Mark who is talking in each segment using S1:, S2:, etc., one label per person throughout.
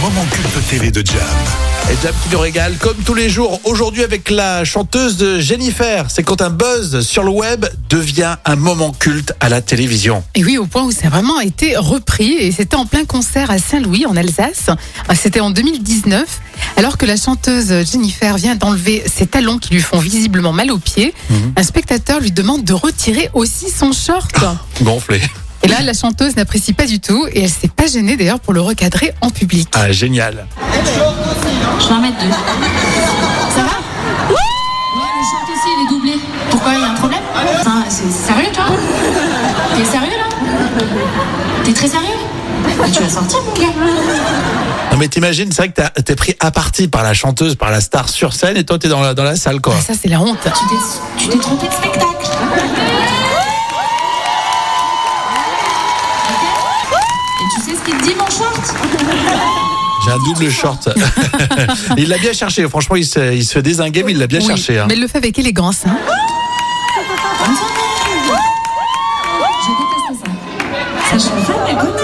S1: moments cultes TV de Jam.
S2: Et Jam qui nous régale comme tous les jours. Aujourd'hui avec la chanteuse de Jennifer. C'est quand un buzz sur le web devient un moment culte à la télévision.
S3: Et oui, au point où ça a vraiment été repris. Et c'était en plein concert à Saint-Louis, en Alsace. Ah, C'était en 2019. Alors que la chanteuse Jennifer vient d'enlever ses talons qui lui font visiblement mal aux pieds,
S2: Mhm.
S3: un spectateur lui demande de retirer aussi son short.
S2: Ah. Gonflé.
S3: Et là, la chanteuse n'apprécie pas du tout. Et elle s'est pas gênée d'ailleurs pour le recadrer en public.
S2: Ah, génial.
S4: Je vais en mettre deux. Ça va Ouais, le short aussi, il est doublé. Pourquoi Il y a un problème Enfin, c'est sérieux, toi T'es sérieux, là T'es très sérieux Mais tu vas sortir, mon gars
S2: Non, mais t'imagines, c'est vrai que t'as- t'es pris à partie par la chanteuse, par la star sur scène et toi t'es dans la, dans la salle quoi.
S3: Ah, ça, c'est la honte.
S4: Tu t'es- Tu t'es trompé de spectacle. Ok Et tu sais ce qu'il te dit, mon short
S2: J'ai un double short. il l'a bien cherché. Franchement, il se, il se fait dézinguer, mais il l'a bien
S3: Oui,
S2: cherché. hein.
S3: Mais elle le fait avec élégance. hein.
S4: Bonne soirée. Je déteste ça. Ça chauffe, écoute.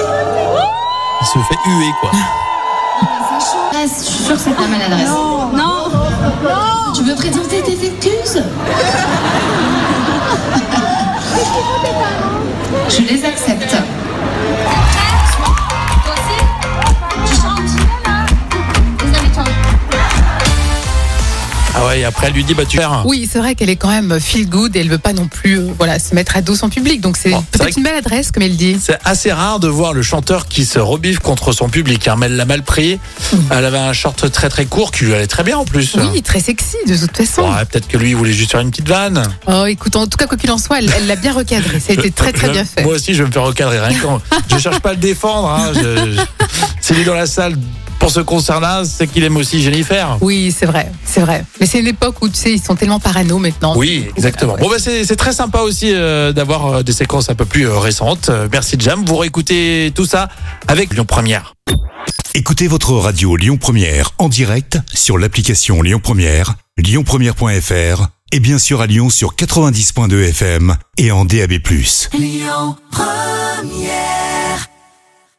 S2: Il se fait huer quoi.
S3: Ah.
S4: Je suis sûre que c'est de la maladresse. Non. non Tu veux présenter tes excuses Je les accepte. Tu chantes Désolée, toi.
S2: Ah ouais, et après elle lui dit bah tu perds.
S3: Oui, c'est vrai qu'elle est quand même feel good et elle veut pas non plus euh, voilà, se mettre à dos son public. Donc c'est
S2: Bon, c'est vrai
S3: peut-être une maladresse, comme elle dit.
S2: C'est assez rare de voir le chanteur qui se rebiffe contre son public. hein, mais elle l'a mal pris. Elle avait un short très très court qui lui allait très bien en plus.
S3: Oui, très sexy de toute façon.
S2: Ouais, peut-être que lui il voulait juste faire une petite vanne.
S3: Oh, écoute, en tout cas, quoi qu'il en soit, elle elle l'a bien recadré. Ça a été très, très
S2: Je-
S3: bien fait.
S2: Moi aussi je vais me faire recadrer. Rien qu'en- je cherche pas à le défendre. hein, je- je- S'il est dans la salle pour ce concert-là, c'est qu'il aime aussi Jennifer.
S3: Oui, c'est vrai, c'est vrai. Mais c'est une époque où, tu sais, ils sont tellement parano maintenant.
S2: Oui, exactement. Bon, bah, c'est c'est très sympa aussi euh, d'avoir euh, des séquences un peu plus euh, récentes. Euh, merci Jam. Vous réécoutez tout ça avec Lyon Première.
S1: Écoutez votre radio Lyon Première en direct sur l'application Lyon Première, lyonpremière.fr et bien sûr à Lyon sur 90.2 FM et en DAB+.